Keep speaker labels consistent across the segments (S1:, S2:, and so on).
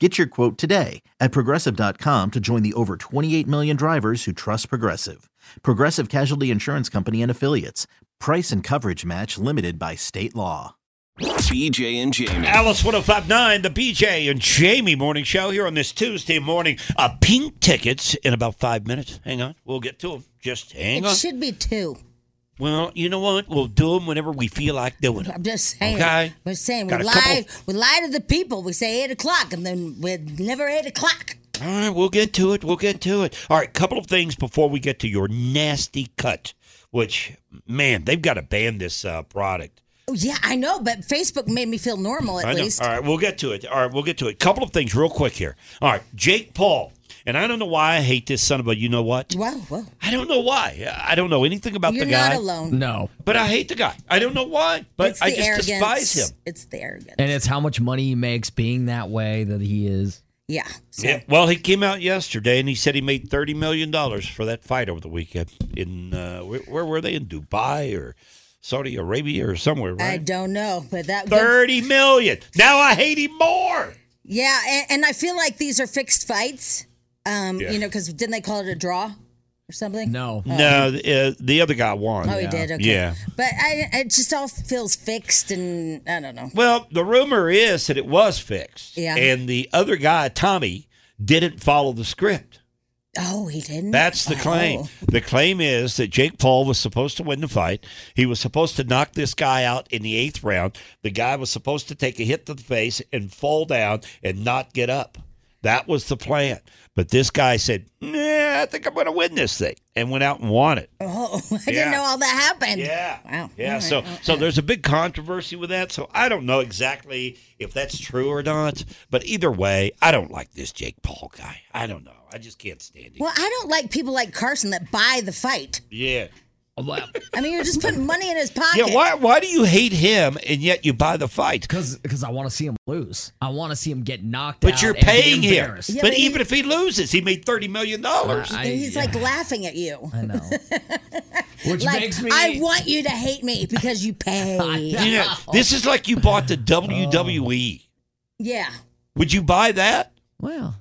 S1: Get your quote today at progressive.com to join the over 28 million drivers who trust Progressive. Progressive Casualty Insurance Company and Affiliates. Price and coverage match limited by state law.
S2: BJ and Jamie.
S3: Alice 1059, the BJ and Jamie morning show here on this Tuesday morning. Uh, pink tickets in about five minutes. Hang on. We'll get to them. Just hang
S4: It
S3: on.
S4: should be two.
S3: Well, you know what? We'll do them whenever we feel like doing
S4: I'm
S3: them.
S4: just saying.
S3: Okay.
S4: We're saying
S3: Got
S4: we
S3: a couple-
S4: lie. We lie to the people. We say eight o'clock, and then we're never eight o'clock.
S3: All right. We'll get to it. We'll get to it. All right. Couple of things before we get to your nasty cut, which, man, they've got to ban this uh, product.
S4: Oh, yeah, I know, but Facebook made me feel normal at
S3: I know.
S4: least.
S3: All right, we'll get to it. All right, we'll get to it. Couple of things real quick here. All right, Jake Paul. And I don't know why I hate this son of a, you know what?
S4: Whoa, whoa.
S3: I don't know why. I don't know anything about
S4: You're
S3: the
S4: not
S3: guy.
S4: alone.
S5: No.
S3: But I hate the guy. I don't know why. But
S4: it's the
S3: I just
S4: arrogance.
S3: despise him.
S4: It's the arrogance.
S5: And it's how much money he makes being that way that he is.
S4: yeah. So
S3: Yeah. Well, he came out yesterday and he said he made thirty million dollars for that fight over the weekend in uh, where, where were they in Dubai or Saudi Arabia or somewhere,
S4: I
S3: right?
S4: don't know, but that.
S3: Thirty million. Now I hate him more.
S4: Yeah, and, and I feel like these are fixed fights. Um,
S3: Yeah.
S4: you know, because didn't they call it a draw or something?
S5: No.
S3: No, the, uh, the other guy won.
S4: Oh, he did. Okay.
S3: Yeah.
S4: But I, it just all feels fixed, and I don't know.
S3: Well, the rumor is that it was fixed.
S4: Yeah.
S3: And the other guy, Tommy, didn't follow the script.
S4: Oh, he didn't.
S3: That's the
S4: Oh.
S3: claim. The claim is that Jake Paul was supposed to win the fight. He was supposed to knock this guy out in the eighth round. The guy was supposed to take a hit to the face and fall down and not get up. That was the plan. But this guy said, nah, I think I'm going to win this thing and went out and won it.
S4: Oh, I
S3: Yeah.
S4: didn't know all that happened.
S3: Yeah.
S4: Wow.
S3: Yeah.
S4: All
S3: So
S4: right.
S3: so there's a big controversy with that. So I don't know exactly if that's true or not. But either way, I don't like this Jake Paul guy. I don't know. I just can't stand him.
S4: Well, I don't like people like Carson that buy the fight.
S3: Yeah.
S4: I mean, you're just putting money in his pocket.
S3: Yeah. Why why do you hate him and yet you buy the fight?
S5: Because I want to see him lose. I want to see him get knocked out.
S3: But you're
S5: and be
S3: paying him.
S5: embarrassed. Uh,
S4: Yeah,
S3: but
S4: but he-
S3: even if he loses, he made thirty million dollars.
S5: I-
S4: And he's like
S5: yeah,
S4: laughing at you.
S5: I know. Which
S4: Like,
S5: makes me.
S4: I want you to hate me because you pay.
S3: You know, this is like you bought the
S5: Oh.
S3: WWE.
S4: yeah.
S3: Would you buy that?
S5: well,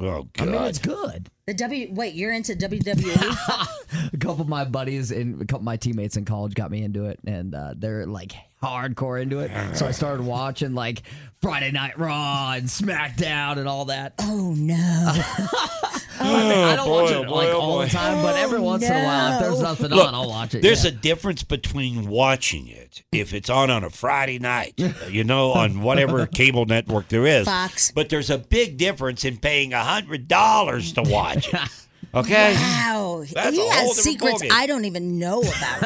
S3: Oh God!
S5: I mean, it's good.
S4: The W. E? Wait, you're into WWE?
S5: A couple of my buddies and a couple of my teammates in college got me into it, and uh, they're like hardcore into it. So I started watching like Friday Night Raw and SmackDown and all that.
S4: oh no.
S5: I, mean, I don't watch
S3: boy,
S5: it
S3: oh,
S5: like
S3: boy, oh,
S5: all
S3: boy.
S5: the time, but every once in a while, if there's
S4: no.
S5: nothing on, I'll watch it.
S3: There's
S5: yeah.
S3: a difference between watching it if it's on on a Friday night, you know, on whatever cable network there is.
S4: Fox.
S3: But there's a big difference in paying a hundred dollars to watch it. Okay.
S4: Wow.
S3: That's a
S4: he
S3: whole different
S4: has secrets
S3: ballgame.
S4: I don't even know about.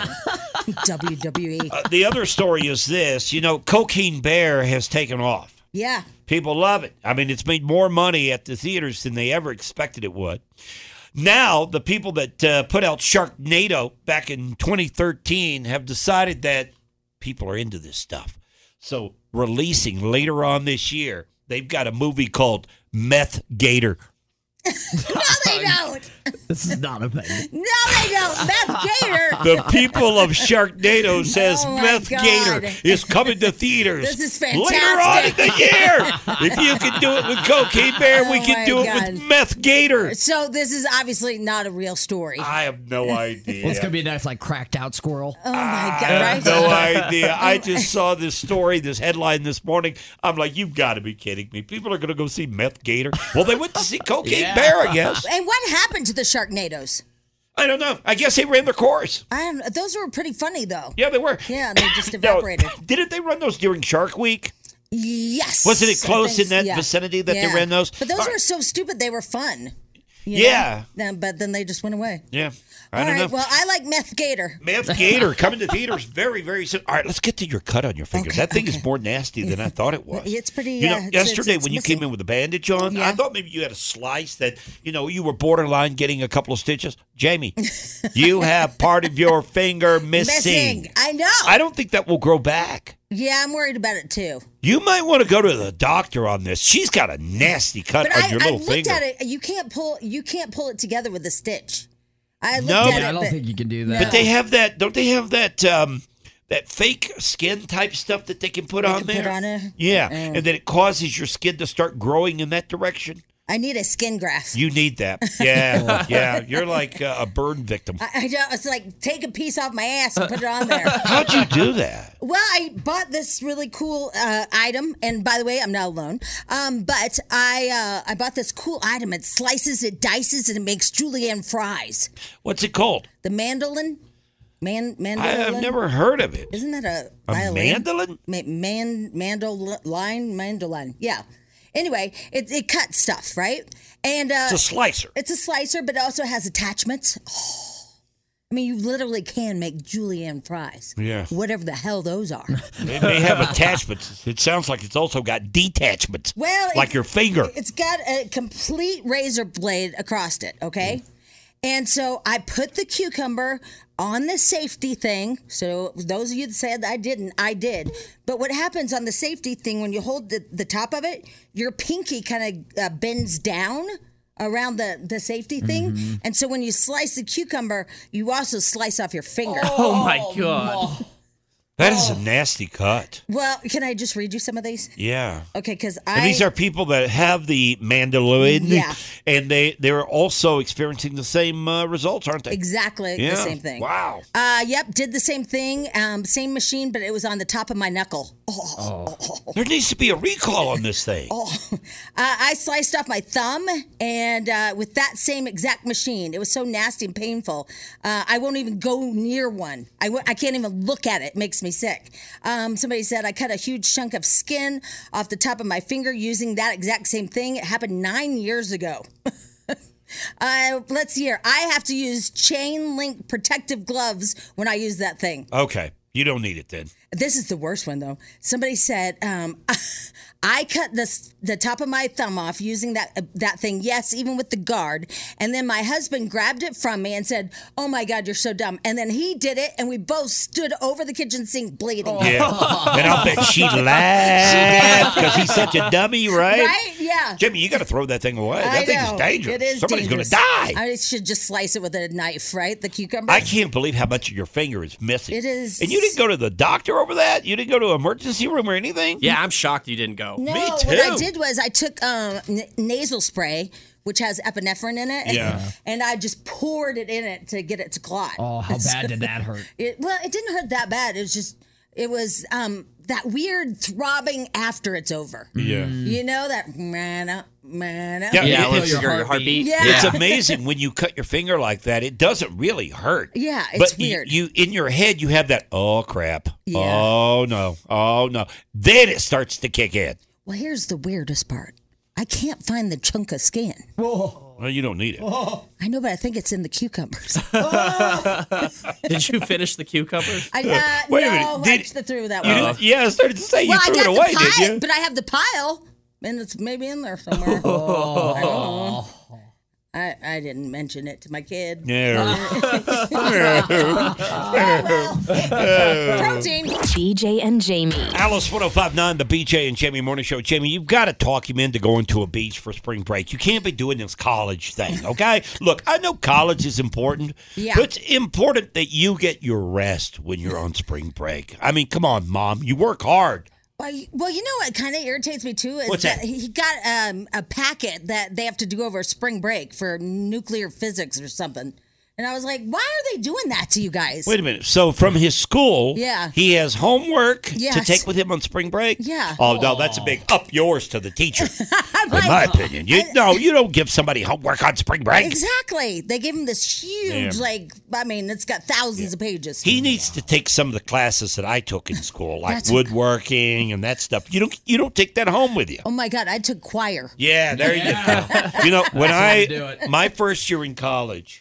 S4: E. WWE.
S3: Uh, the other story is this: you know, Cocaine Bear has taken off.
S4: Yeah.
S3: People love it. I mean, it's made more money at the theaters than they ever expected it would. Now, the people that uh, put out Sharknado back in 2013 have decided that people are into this stuff. So, releasing later on this year, they've got a movie called Meth Gator.
S4: No, they don't.
S5: This is not a thing.
S4: No, they don't. Beth Gator.
S3: The people of Sharknado says
S4: Oh, my
S3: Meth Gator
S4: God.
S3: is coming to theaters.
S4: This is
S3: Later on in
S4: fantastic.
S3: the year, if you can do it with Cocaine Bear, we
S4: Oh,
S3: can
S4: my
S3: do it
S4: God.
S3: with Meth Gator.
S4: So this is obviously not a real story.
S3: I have no idea.
S5: Well, it's gonna be a nice like cracked out squirrel.
S4: oh my
S3: I
S4: god! Right?
S3: have no idea. I just saw this story, this headline this morning. I'm like, you've got to be kidding me. People are going to go see Meth Gator. Well, they went to see Cocaine
S5: Yeah.
S3: Bear, I guess.
S4: and what happened to the Sharknadoes?
S3: I don't know. I guess they ran their course.
S4: I don't know. Those were pretty funny though.
S3: Yeah, they were.
S4: Yeah, they just
S3: Now,
S4: evaporated.
S3: didn't they run those during Shark Week?
S4: Yes.
S3: Wasn't it
S4: I
S3: close
S4: think
S3: in that
S4: so, yeah.
S3: vicinity that they
S4: Yeah.
S3: ran those?
S4: But those
S3: All
S4: were
S3: right.
S4: so stupid they were fun. you know?
S3: Yeah.
S4: Then- but then they just went away.
S3: Yeah. I
S4: All
S3: don't
S4: right.
S3: know.
S4: Well, I like Meth Gator.
S3: Meth Gator coming to theaters very, very soon. All right, let's get to your cut on your finger.
S4: Okay,
S3: that thing is
S4: okay.
S3: more nasty than I thought it was.
S4: It's pretty,
S3: You know,
S4: uh, it's- it's-
S3: yesterday
S4: it's
S3: when you
S4: missing.
S3: came in with a bandage on, I
S4: Yeah.
S3: thought maybe you had a slice that you know you were borderline getting a couple of stitches. Jamie, you have part of your finger missing.
S4: Missing. I know.
S3: I don't think that will grow back.
S4: yeah, I'm worried about it too.
S3: You might want to go to the doctor on this. She's got a nasty cut
S4: But
S3: on
S4: I,
S3: Oh, your
S4: I
S3: little
S4: looked
S3: finger.
S4: at it. You can't pull. You can't pull it together with a stitch. I looked
S3: No,
S4: at
S3: but-
S4: it.
S5: Yeah, I don't
S4: Oh, but-
S5: think you can do that.
S3: But they have that, don't they have that um that fake skin type stuff that they can put on
S4: can
S3: there?
S4: put on it?
S3: Yeah,
S4: Eh.
S3: and then it causes your skin to start growing in that direction.
S4: I need a skin graft.
S3: You need that. Yeah, yeah. You're like uh, a burn victim.
S4: I, I don't. It's like take a piece off my ass and put it on there.
S3: How'd you do that?
S4: Well, I bought this really cool uh, item, and by the way, I'm not alone. Um, but I uh, I bought this cool item. It slices, it dices, and it makes julienne fries.
S3: What's it called?
S4: The mandolin, man, mandolin.
S3: I, I've never heard of it.
S4: Isn't that a,
S3: A
S4: violin?
S3: mandolin?
S4: Ma- man, mandolin, mandolin. Yeah. Anyway, it it cuts stuff, right? And uh,
S3: It's a slicer.
S4: it's a slicer, but it also has attachments. Oh, I mean, you literally can make julienne fries.
S3: Yeah.
S4: Whatever the hell those are.
S3: It may have attachments. It sounds like it's also got detachments.
S4: Well,
S3: like
S4: it-
S3: your finger.
S4: It's got a complete razor blade across it, okay?
S3: Mm.
S4: And so I put the cucumber on the safety thing. So those of you that said I didn't, I did. But what happens on the safety thing when you hold the, the top of it, your pinky kind of uh, bends down around the, the safety thing.
S3: Mm-hmm.
S4: And so when you slice the cucumber, you also slice off your finger.
S5: oh my god!
S3: That is
S4: Oh.
S3: a nasty cut.
S4: Well, can I just read you some of these?
S3: Yeah.
S4: Okay, because I.
S3: And these are people that have the mandolin,
S4: Yeah.
S3: and they they're also experiencing the same uh, results, aren't they?
S4: exactly the same thing.
S3: Wow.
S4: Uh, yep, did the same thing, um, same machine, but it was on the top of my knuckle. Oh,
S3: There needs to be a recall on this thing.
S4: Uh, I sliced off my thumb, and uh, with that same exact machine, it was so nasty and painful. Uh, I won't even go near one. I w- I can't even look at it. it makes me sick. Um, somebody said I cut a huge chunk of skin off the top of my finger using that exact same thing. It happened nine years ago. Uh, let's see here. I have to use chain link protective gloves when I use that thing.
S3: Okay, you don't need it then.
S4: This is the worst one though. Somebody said, um, "I cut the the top of my thumb off using that uh, that thing." Yes, even with the guard. And then my husband grabbed it from me and said, "Oh my God, you're so dumb." And then he did it, and we both stood over the kitchen sink bleeding.
S3: Oh. Yeah, and I'll bet she laughed because he's such a dummy, right?
S4: Right? Yeah.
S3: Jimmy, you got to throw that thing away.
S4: I
S3: that thing is
S4: know.
S3: dangerous.
S4: It is
S3: Somebody's
S4: dangerous.
S3: gonna die.
S4: I should just slice it with a knife, right? The cucumber.
S3: I can't believe how much of your finger is missing.
S4: It is-
S3: And you didn't go to the doctor over that. You didn't go to emergency room or anything.
S6: Yeah, I'm shocked you didn't go.
S4: No,
S3: Me
S4: what I
S3: too.
S4: did was I took um, n- nasal spray, which has epinephrine in it,
S3: Yeah.
S4: and I just poured it in it to get it to clot.
S5: Oh, how bad did that hurt?
S4: It, well, it didn't hurt that bad. It was just, it was um, that weird throbbing after it's over.
S3: Yeah.
S4: You know that man up, man up.
S3: Yeah.
S6: Mm-hmm. Yeah,
S3: You
S6: let's
S5: feel
S6: your,
S5: your
S6: your heartbeat.
S5: heartbeat.
S4: Yeah.
S3: It's amazing when you cut your finger like that. It doesn't really hurt.
S4: Yeah, it's
S3: but y-
S4: weird.
S3: You, in your head you have that. Oh crap!
S4: Yeah.
S3: Oh no! Oh no! Then it starts to kick in.
S4: Well, here's the weirdest part. I can't find the chunk of skin.
S3: Well, you don't need it.
S4: I know, but I think it's in the cucumbers.
S6: Did you finish the cucumbers?
S4: I, uh,
S3: Wait a
S4: no,
S3: minute.
S4: I
S3: Did-
S4: just threw that
S3: You
S4: one.
S3: didn't- yeah, I started to say
S4: well,
S3: you
S4: I
S3: threw
S4: got
S3: it away,
S4: the pile,
S3: did you?
S4: but I have the pile, and it's maybe in there somewhere. Oh, I, don't know. I I didn't mention it to my kid.
S3: Yeah.
S4: Protein.
S7: BJ and Jamie.
S3: Alice 1059, the BJ and Jamie Morning Show. Jamie, you've got to talk him into going to a beach for spring break. You can't be doing this college thing, okay? Look, I know college is important,
S4: Yeah.
S3: but it's important that you get your rest when you're on spring break. I mean, come on, mom. You work hard.
S4: Well, you- well, you know what kind of irritates me too is
S3: What's
S4: that,
S3: that?
S4: he got um, a packet that they have to do over spring break for nuclear physics or something, and I was like, why are they doing that to you guys?
S3: Wait a minute. So from his school,
S4: Yeah.
S3: he has homework to
S4: Yes.
S3: take with him on spring break?
S4: Yeah.
S3: Oh, no, that's a big up yours to the teacher,
S4: I'm
S3: in my
S4: like,
S3: opinion. You, no, you don't give somebody homework on spring break.
S4: Exactly. They gave him this huge, like, I mean, it's got thousands of pages.
S3: He needs to take some of the classes that I took in school, like
S4: That's-
S3: woodworking and that stuff. You don't you don't take that home with you.
S4: oh my God, I took choir.
S3: Yeah, there you go. You know, when
S6: way to do
S3: I
S6: it.
S3: my first year in college,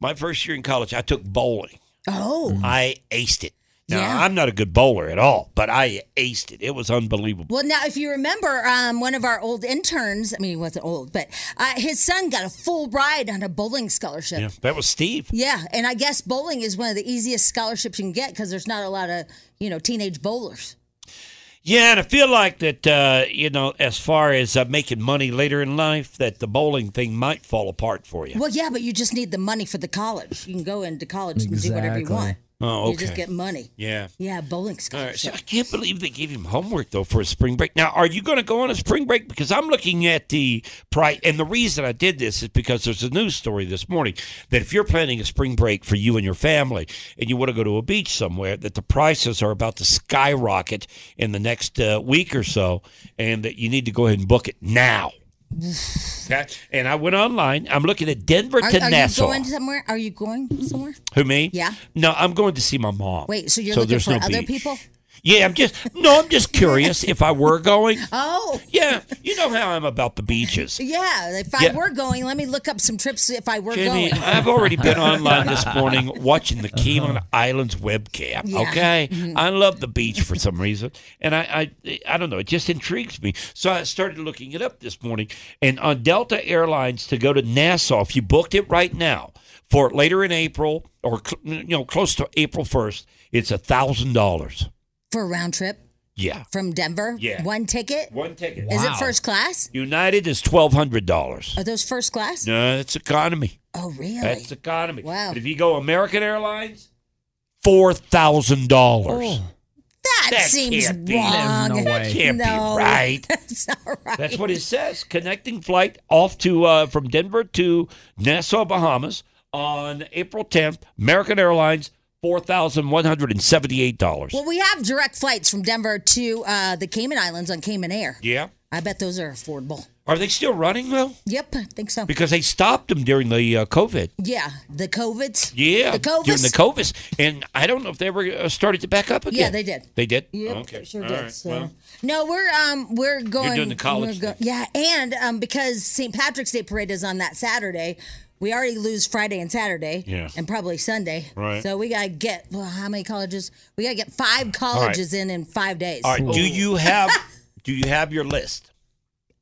S3: my first year in college, I took bowling.
S4: Oh.
S3: I aced it. Now
S4: Yeah.
S3: I'm not a good bowler at all, but I aced it. It was unbelievable.
S4: Well, now, if you remember, um, one of our old interns, I mean, he wasn't old, but uh, his son got a full ride on a bowling scholarship.
S3: Yeah,
S4: Yeah.
S3: that was Steve.
S4: and I guess bowling is one of the easiest scholarships you can get because there's not a lot of, you know, teenage bowlers.
S3: Yeah, and I feel like that, uh, you know, as far as uh, making money later in life, that the bowling thing might fall apart for you.
S4: Well, yeah, but you just need the money for the college. You can go into college and do whatever you
S5: Exactly.
S4: want.
S3: Oh,
S4: You just
S3: okay.
S4: get money.
S3: Yeah.
S4: Yeah, bowling
S3: All right, so
S4: scholarship.
S3: I can't believe they gave him homework though for a spring break. Now, are you going to go on a spring break? Because I'm looking at the price, and the reason I did this is because there's a news story this morning that if you're planning a spring break for you and your family, and you want to go to a beach somewhere, that the prices are about to skyrocket in the next uh, week or so, and that you need to go ahead and book it now. okay, and I went online. I'm looking at Denver
S4: Are,
S3: to
S4: are you
S3: Nassau.
S4: going somewhere? Are you going somewhere?
S3: Who me?
S4: Yeah.
S3: No, I'm going to see my mom.
S4: Wait, so you're looking
S3: there's
S4: for
S3: no
S4: other
S3: beach.
S4: people?
S3: Yeah, I'm just no, I'm just curious if I were going.
S4: Oh,
S3: Yeah, you know how I'm about the beaches.
S4: yeah. If I
S3: Yeah.
S4: were going, let me look up some trips if I were
S3: Jimmy,
S4: going.
S3: I've already been online this morning watching the Cayman Islands webcam.
S4: Uh-huh. Yeah. Mm-hmm.
S3: Okay, I love the beach for some reason, and I, I, I don't know, it just intrigues me. So I started looking it up this morning, and on Delta Airlines to go to Nassau, if you booked it right now for later in April or cl- you know close to April first, it's a thousand dollars.
S4: For a round trip
S3: Yeah,
S4: from Denver?
S3: Yeah.
S4: One ticket?
S3: one ticket.
S4: Is it first class?
S3: United is twelve hundred dollars.
S4: Are those first class?
S3: No, that's economy.
S4: Oh, really?
S3: That's economy.
S4: Wow.
S3: But if you go American Airlines, four thousand dollars.
S4: Oh. that,
S3: that
S4: seems
S3: can't be-
S4: wrong.
S5: There's no
S3: That
S5: way.
S3: can't
S4: No.
S3: be right.
S4: That's all right.
S3: That's what it says. Connecting flight off to uh, from Denver to Nassau, Bahamas, on April tenth. American Airlines, four thousand one hundred and seventy-eight dollars.
S4: well, we have direct flights from Denver to uh, the Cayman Islands on Cayman Air.
S3: Yeah.
S4: I bet those are affordable.
S3: Are they still running though?
S4: Yep, I think so.
S3: Because they stopped them during the uh, COVID.
S4: yeah, the COVIDs.
S3: Yeah,
S4: The COVIDs.
S3: during the COVID, and I don't know if they ever uh, started to back up again.
S4: Yeah, they did.
S3: They did.
S4: Yep,
S3: Oh, okay,
S4: sure
S3: All
S4: did.
S3: right,
S4: So.
S3: well.
S4: no, we're um we're going.
S3: doing the college
S4: we're go-
S3: thing.
S4: yeah, and um because St. Patrick's Day parade is on that Saturday, we already lose Friday and Saturday,
S3: Yeah.
S4: and probably Sunday.
S3: Right.
S4: So we gotta get well, how many colleges? We gotta get five colleges in in five days.
S3: All right. Do you have do you have your list?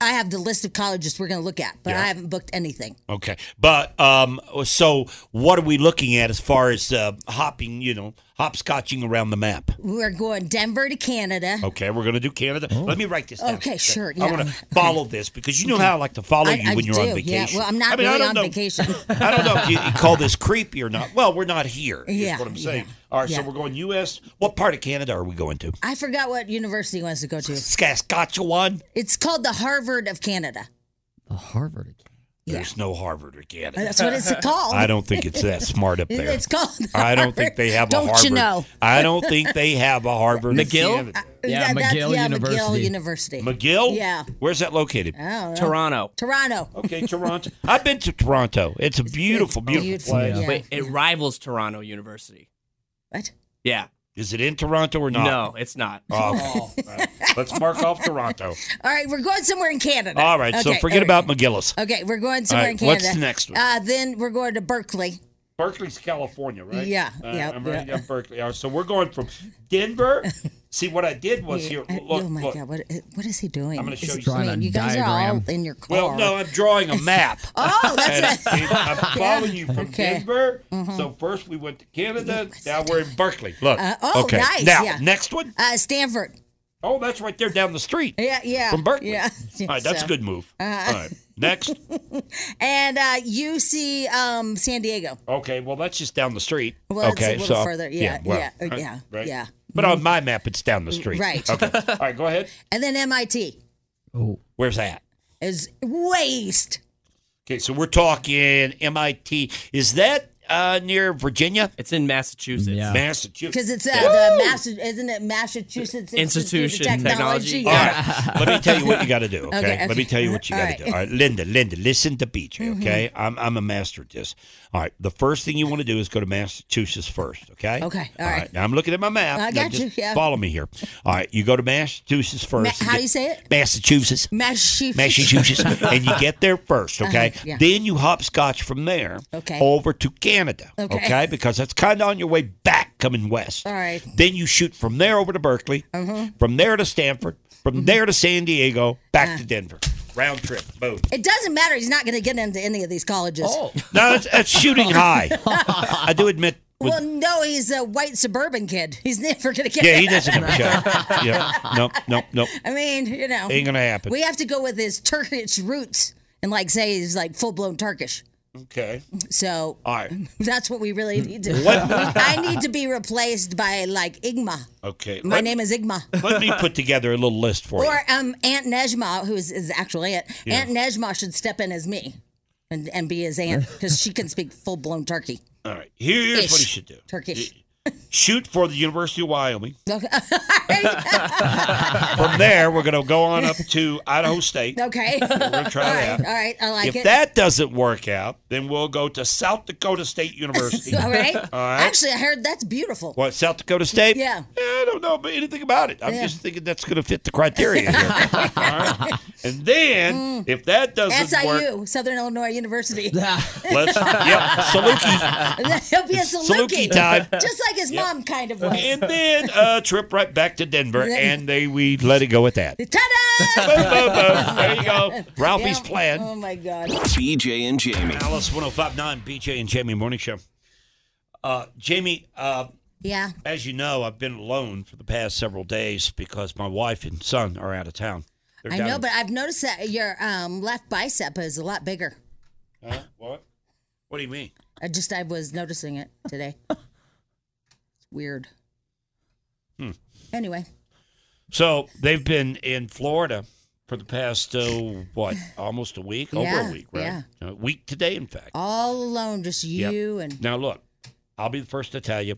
S4: I have the list of colleges we're gonna look at, but
S3: Yeah.
S4: I haven't booked anything.
S3: Okay. But um so what are we looking at as far as uh, hopping, you know, hopscotching around the map?
S4: We're going Denver to Canada.
S3: Okay, we're going to do Canada. Let me write this down.
S4: Oh. Okay, sure,
S3: I
S4: yeah.
S3: want to follow this because you know how I like to follow you when you're
S4: do.
S3: on vacation.
S4: Yeah, well, I'm not
S3: I mean, I
S4: really
S3: don't
S4: on
S3: know-
S4: vacation.
S3: I don't know if you, you call this creepy or not. Well, we're not here. is
S4: Yeah,
S3: what I'm saying.
S4: yeah,
S3: All right, so
S4: yeah.
S3: we're going U.S. What part of Canada are we going to?
S4: I forgot what university he wants to go to.
S3: Saskatchewan.
S4: It's called the Harvard of Canada.
S5: The Harvard.
S3: There's no Harvard or Canada.
S4: That's what it's called.
S3: I don't think it's that smart up there.
S4: It's called.
S3: I don't think they have a
S4: Don't
S3: Harvard.
S4: you know?
S3: I don't think they have a Harvard.
S6: McGill?
S5: Yeah,
S4: that's-
S5: McGill
S4: yeah, McGill
S5: University.
S4: University.
S3: McGill?
S4: Yeah.
S3: Where's that located?
S6: Toronto.
S4: Toronto.
S3: Okay, Toronto. I've been to Toronto. It's a Oh, beautiful, beautiful,
S4: beautiful,
S3: place.
S4: yeah.
S6: Wait, it rivals Toronto University.
S4: What?
S6: Yeah.
S3: Is it in Toronto or not?
S6: No, it's not.
S3: Oh, okay. All right. Let's mark off Toronto.
S4: All right, we're going somewhere in Canada.
S3: All right, so
S4: Okay,
S3: forget
S4: all
S3: about
S4: right.
S3: McGillis.
S4: Okay, we're going
S3: All
S4: somewhere in
S3: right,
S4: Canada.
S3: what's the next one?
S4: Uh, then we're going to Berkeley.
S3: Berkeley's California, right?
S4: Yeah,
S3: Uh,
S4: yeah,
S3: I'm writing
S4: yeah.
S3: down Berkeley. All right, so we're going from Denver See, what I did was here.
S4: I-
S3: Look,
S4: oh my
S3: look.
S4: god, what what is he doing?
S3: I'm gonna
S4: Is
S3: show
S4: he
S3: you something.
S4: playing? You guys are
S5: Diagram.
S4: all in your car.
S3: Well, no, I'm drawing a map.
S4: Oh,
S3: And
S4: that's it.
S3: I'm following you from
S4: Okay. Mm-hmm.
S3: Denver. So first we went to Canada. Now we're in Berkeley. Look.
S4: oh,
S3: okay.
S4: nice,
S3: Now
S4: yeah.
S3: next one.
S4: Uh, Stanford.
S3: Oh, that's right there down the street.
S4: Yeah, yeah.
S3: From Berkeley.
S4: Yeah.
S3: All right, that's
S4: So-
S3: a good move.
S4: Uh-huh.
S3: All right. Next.
S4: And uh, UC um, San Diego.
S3: Okay, well that's just down the street.
S4: Well,
S3: okay,
S4: it's a little
S3: so
S4: further. Yeah, yeah, uh,
S3: right,
S4: yeah,
S3: right.
S4: yeah.
S3: But on my map, it's down the street.
S4: Right.
S3: Okay. All right, go ahead.
S4: And then MIT
S3: Where's that?
S4: is waste.
S3: Okay, so we're talking MIT. Is that uh, near Virginia,
S6: It's in Massachusetts.
S5: Yeah.
S3: Massachusetts?
S4: Because it's uh,
S3: Yeah.
S4: the Massa- isn't it Massachusetts
S6: Institution,
S4: of
S6: technology.
S4: Technology?
S3: All
S4: Yeah.
S3: right. Let me tell you what you got to do. Okay?
S4: Okay,
S3: Let me
S4: okay.
S3: tell you what you got
S4: All
S3: to
S4: right. Mm-hmm.
S3: do. All right, Linda, Linda, listen to BJ. Okay, I'm I'm a master at this. All right, the first thing you want to do is go to Massachusetts first. Okay.
S4: Okay, all
S3: All
S4: right.
S3: Now I'm looking at my map.
S4: I
S3: Now
S4: got
S3: just
S4: you, yeah.
S3: Follow me here. All right, you go to Massachusetts first.
S4: Ma- how do you say it?
S3: Massachusetts.
S4: Massachusetts.
S3: Massachusetts, and you get there first, okay?
S4: Uh-huh. yeah.
S3: Then you hopscotch from there
S4: Okay.
S3: over to Canada, okay?
S4: Okay.
S3: Because that's kind of on your way back coming west.
S4: All right. Uh-huh.
S3: Then you shoot from there over to Berkeley, from there to Stanford, from
S4: Mm-hmm.
S3: there to San Diego, back
S4: Uh.
S3: to Denver. Round trip, boom.
S4: It doesn't matter. He's not going to get into any of these colleges.
S3: Oh. No, that's, that's shooting high. I do admit. with-
S4: Well, no, he's a white suburban kid. He's never going to get.
S3: yeah, he doesn't have a shot. Yeah, nope, nope, nope.
S4: I mean, you know,
S3: Ain't gonna happen.
S4: we have to go with his Turkish roots and like say he's like full blown Turkish.
S3: Okay.
S4: So
S3: All right. Hmm.
S4: that's what we really need to.
S3: What-
S4: I need to be replaced by like Igma.
S3: Okay.
S4: My
S3: let,
S4: name is Igma.
S3: Let me put together a little list for you.
S4: Or um, Aunt Nejma, who is his actual aunt, Aunt Nejma should step in as me and, and be his aunt because she can speak full blown Turkey.
S3: All right. Here's what you
S4: Ish.
S3: should do.
S4: Turkish.
S3: shoot for the University of Wyoming.
S4: Okay.
S3: From there, we're going to go on up to Idaho State.
S4: okay.
S3: We're going to try
S4: All right.
S3: that.
S4: All right. I like
S3: if
S4: it.
S3: that doesn't work out, then we'll go to South Dakota State University.
S4: All right.
S3: right.
S4: Actually, I heard that's beautiful.
S3: What, South Dakota State?
S4: Yeah.
S3: I don't know about anything about it. I'm
S4: Yeah.
S3: just thinking that's going to fit the criteria here. All right. And
S4: Mm.
S3: then, if that doesn't work,
S4: SIU, Southern Illinois University.
S3: let's, yep, Saluki.
S4: He'll be a
S3: Saluki
S4: Saluki.
S3: time.
S4: Just like his mom kind of was.
S3: And then a trip right back to Denver, and they we let it go at that. Boom,
S4: Ta-da!
S3: boom, boom. There you go. Ralphie's
S4: Yeah.
S3: plan.
S4: Oh my God.
S2: BJ and Jamie.
S3: Alice 1059, BJ and Jamie Morning Show. Uh, Jamie, uh,
S4: Yeah.
S3: as you know, I've been alone for the past several days because my wife and son are out of town. They're
S4: I
S3: down
S4: know,
S3: in-
S4: but I've noticed that your um, left bicep is a lot bigger.
S3: Huh? What? What do you mean?
S4: I just I was noticing it today. It's weird.
S3: Hmm.
S4: Anyway,
S3: So they've been in Florida for the past, uh, what, almost a week? Over
S4: Yeah,
S3: a week, right?
S4: yeah.
S3: A week today, in fact.
S4: all alone, just
S3: Yep.
S4: you and
S3: Now, look, I'll be the first to tell you,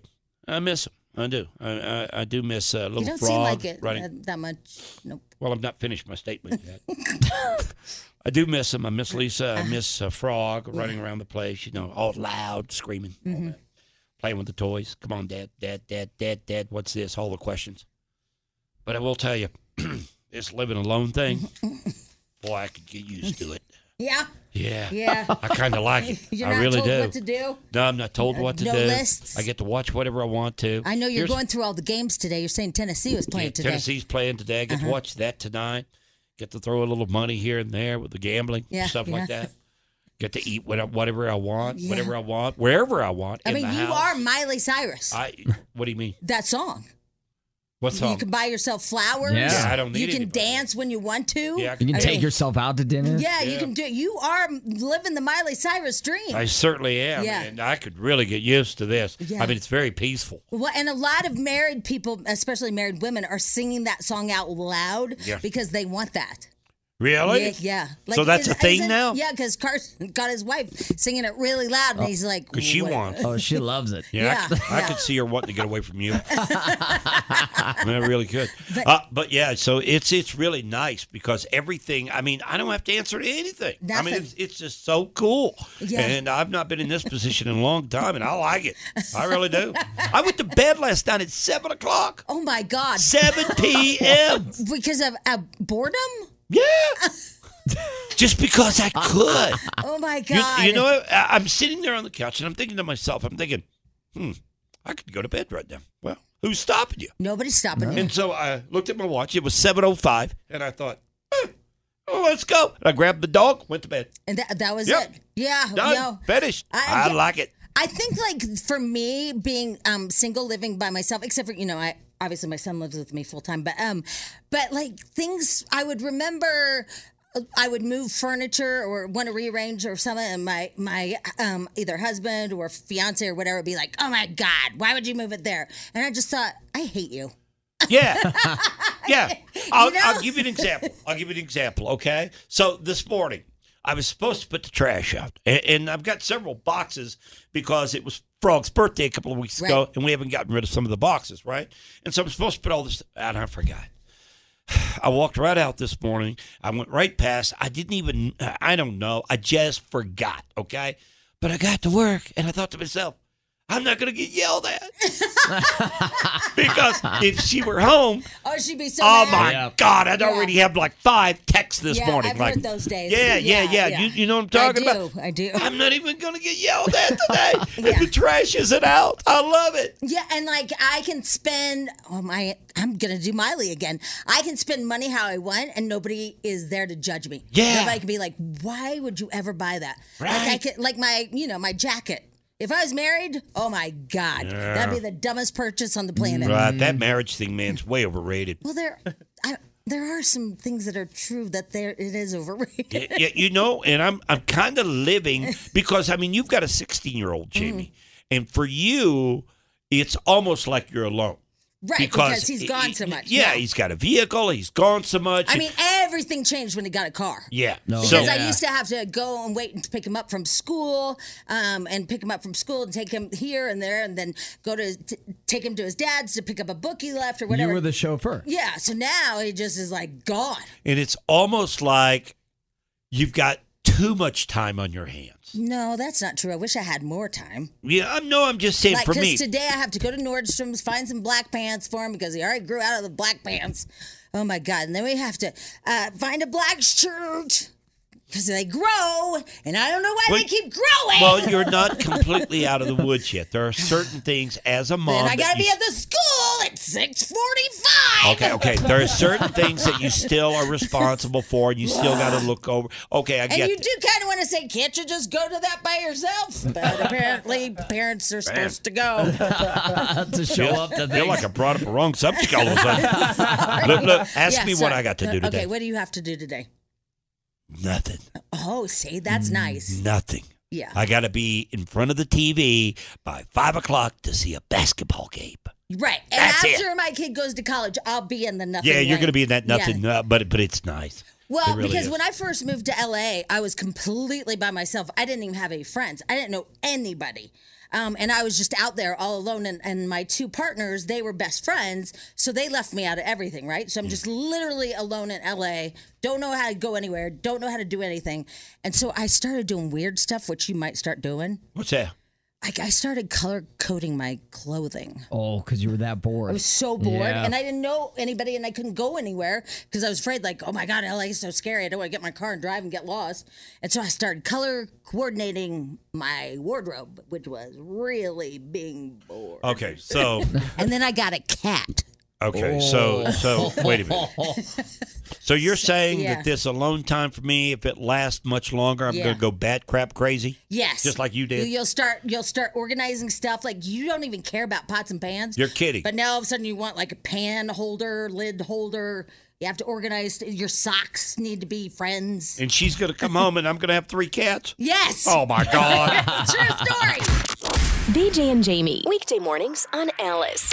S3: I miss them. I do. I, I, I do miss uh, little
S4: you don't
S3: frog
S4: seem like it uh,
S3: running.
S4: that, that much. Nope.
S3: Well, I'm not finished my statement yet. I do miss him. I miss Lisa. I miss uh, Frog running around the place, you know, all loud, screaming, all
S4: Mm-hmm.
S3: that. playing with the toys. Come on, Dad, Dad, Dad, Dad, Dad, what's this? All the questions. But I will tell you, this living alone thing, boy, I could get used to it.
S4: Yeah,
S3: Yeah.
S4: yeah.
S3: I kind of like it.
S4: You're
S3: I
S4: not
S3: really
S4: told
S3: do.
S4: what to do.
S3: No, I'm not told what to
S4: no
S3: do.
S4: lists.
S3: I get to watch whatever I want to.
S4: I know you're
S3: Here's-
S4: going through all the games today. You're saying Tennessee was playing
S3: yeah,
S4: today. Uh-huh.
S3: Tennessee's playing today. I get to watch that tonight. Get to throw a little money here and there with the gambling
S4: Yeah,
S3: stuff like
S4: yeah.
S3: that. Get to eat what- whatever I want, whatever I want, wherever I want.
S4: I
S3: in
S4: mean,
S3: the
S4: you
S3: house.
S4: are Miley Cyrus.
S3: I. What do you mean?
S4: that song.
S3: What's
S4: You
S3: up?
S4: can buy yourself flowers.
S5: Yeah. Yeah,
S3: I don't
S4: You
S3: need
S4: can
S3: anybody.
S4: dance when you want to.
S3: Yeah, I
S5: You can
S4: I
S5: take
S4: mean-
S5: yourself out to dinner.
S4: Yeah, you can do. You are living the Miley Cyrus dream.
S3: I certainly am,
S4: Yeah.
S3: and I could really get used to this.
S4: Yeah.
S3: I mean, it's very peaceful.
S4: Well, and a lot of married people, especially married women, are singing that song out loud
S3: Yeah.
S4: because they want that.
S3: Really?
S4: Yeah, yeah.
S3: So that's
S4: is-
S3: a thing
S4: isn't-
S3: now?
S4: Yeah, because Carson got his wife singing it really loud, and he's like,
S3: Because she
S4: "What?"
S3: wants.
S5: Oh, she loves it.
S3: Yeah, I,
S4: Yeah,
S3: could, I
S4: yeah.
S3: could see her wanting to get away from you. I, mean, I really could. But, uh, but yeah, so it's it's really nice because everything. I mean, I don't have to answer to anything. I mean,
S4: Nothing.
S3: it's, it's just so cool.
S4: Yeah.
S3: And I've not been in this position in a long time, and I like it. I really do. I went to bed last night at seven o'clock,
S4: Oh my God!
S3: seven p.m.
S4: Because of uh, boredom?
S3: Yeah, just because I could.
S4: Oh my
S3: You,
S4: God!
S3: you know, I, I'm sitting there on the couch and I'm thinking to myself, I'm thinking, hmm, I could go to bed right now. Well, who's stopping you?
S4: Nobody's stopping me.
S3: And so I looked at my watch. It was 7.05, and I thought, eh, well, let's go. And I grabbed the dog, went to bed.
S4: And that, that was
S3: Yep.
S4: it. Yeah.
S3: Done.
S4: No.
S3: Finished.
S4: Oh, I-
S3: I, like it.
S4: I think like for me being um single living by myself, except for you know, I obviously my son lives with me full time, but um but like things I would remember uh, I would move furniture or want to rearrange or something, and my my um, either husband or fiance or whatever would be like, "Oh my god, why would you move it there?" And I just thought, "I hate you."
S3: Yeah. yeah. I'll,
S4: You know?
S3: I'll give you an example. I'll give you an example. Okay. So this morning, I was supposed to put the trash out, and, and I've got several boxes because it was Frog's birthday a couple of weeks ago, and we haven't gotten rid of some of the boxes, right? And so I'm supposed to put all this out, and I forgot. I walked right out this morning. I went right past. I didn't even, I don't know. I just forgot. Okay. But I got to work and I thought to myself, I'm not going to get yelled at. because if she were home,
S4: Oh, she'd be so.
S3: oh
S4: mad.
S3: my
S5: Yeah.
S3: God, I'd
S4: Yeah.
S3: already have like five texts this
S4: Yeah,
S3: morning.
S4: I've
S3: like,
S4: heard those days.
S3: Yeah, yeah, yeah. You, you know what I'm talking
S4: I do,
S3: about?
S4: I do.
S3: I'm not even going to get yelled at today.
S4: Yeah.
S3: If the trash isn't out, I love it.
S4: Yeah, and like I can spend oh my I'm gonna do Miley again. I can spend money how I want and nobody is there to judge me.
S3: Yeah.
S4: Nobody can be like, why would you ever buy that? Like I
S3: Right.
S4: can like my you know, my jacket. If I was married, oh my God. That'd be the dumbest purchase on the planet.
S3: Right, that marriage thing, man's way overrated.
S4: Well there I, there are some things that are true that there it is overrated.
S3: yeah, yeah, you know, and I'm I'm kind of living because I mean you've got a 16 year old Jamie,
S4: Mm.
S3: and for you, it's almost like you're alone
S4: Right, because, he's gone
S3: he-
S4: so much.
S3: Yeah, he's got a vehicle. He's gone so much.
S4: I mean everything changed when he got a car.
S3: yeah.
S5: No.
S3: so
S4: Because
S5: Yeah.
S4: I used to have to go and wait to pick him up from school, um, and pick him up from school and take him here and there, and then go to t- take him to his dad's to pick up a book he left or
S5: You
S4: whatever.
S5: were the chauffeur.
S4: yeah, so now he just is like gone.
S3: and it's almost like you've got too much time on your hands.
S4: No, that's not true. I wish I had more time.
S3: Yeah, I'm no, I'm just saying
S4: Like,
S3: for me.
S4: because today I have to go to Nordstrom's, find some black pants for him because he already grew out of the black pants. Oh my God. And then we have to uh, find a black shirt because they grow, and I don't know why
S3: Well,
S4: they keep growing.
S3: well, you're not completely out of the woods yet. There are certain things as a mom.
S4: and I
S3: that
S4: gotta
S3: you
S4: be at the school at six forty-five.
S3: Okay, okay. There are certain things that you still are responsible for, and you still got to look over. Okay, I
S4: And
S3: get.
S4: you do kind of want to say, can't you just go to that by yourself? But apparently, parents are supposed to go.
S5: to show up to
S3: I feel
S5: things.
S3: like I brought up a wrong subject all of a sudden. look, look. Ask
S4: Yeah,
S3: me what
S4: sorry.
S3: I got to
S4: Uh,
S3: do today.
S4: Okay, what do you have to do today?
S3: Nothing.
S4: Oh, see, that's nice.
S3: Nothing.
S4: Yeah.
S3: Mm-hmm. I got to be in front of the TV by five o'clock to see a basketball game.
S4: Right. And
S3: That's it.
S4: after my kid goes to college, I'll be in the nothing.
S3: Yeah, you're
S4: lane.
S3: going to be in that
S4: Yeah.
S3: nothing, uh, but but it's nice.
S4: Well,
S3: It really
S4: because
S3: is.
S4: when I first moved to LA, I was completely by myself. I didn't even have any friends. I didn't know anybody. Um, and I was just out there all alone. And, and my two partners, they were best friends. So they left me out of everything, right?
S3: Mm.
S4: So I'm just literally alone in LA. Don't know how to go anywhere. Don't know how to do anything. And so I started doing weird stuff, which you might start doing.
S3: What's that?
S4: Like I started color coding my clothing.
S5: Oh, because you were that bored.
S4: I was so bored,
S5: Yeah.
S4: and I didn't know anybody, and I couldn't go anywhere because I was afraid, like, oh my god, LA is so scary. I don't want to get in my car and drive and get lost. And so I started color coordinating my wardrobe, which was really being bored.
S3: Okay, so
S4: And then I got a cat.
S3: okay, so so wait a minute. So you're saying
S4: Oh. Yeah.
S3: that this alone time for me, if it lasts much longer, I'm
S4: Yeah.
S3: going to go bat crap crazy.
S4: Yes,
S3: Just like you did?
S4: You'll start. You'll start organizing stuff like you don't even care about pots and pans.
S3: You're kidding.
S4: But now all of a sudden you want like a pan holder, lid holder. You have to organize. Your socks need to be friends.
S3: and she's going to come home, and I'm going to have three cats.
S4: Yes.
S3: Oh my God!
S4: True story.
S7: BJ and Jamie. Weekday mornings on Alice.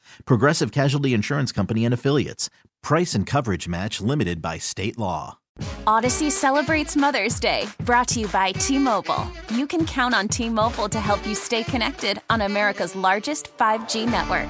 S1: Progressive Casualty Insurance Company and Affiliates. Price and coverage match limited by state law.
S8: Odyssey celebrates Mother's Day, brought to you by T Mobile. You can count on T Mobile to help you stay connected on America's largest 5G network.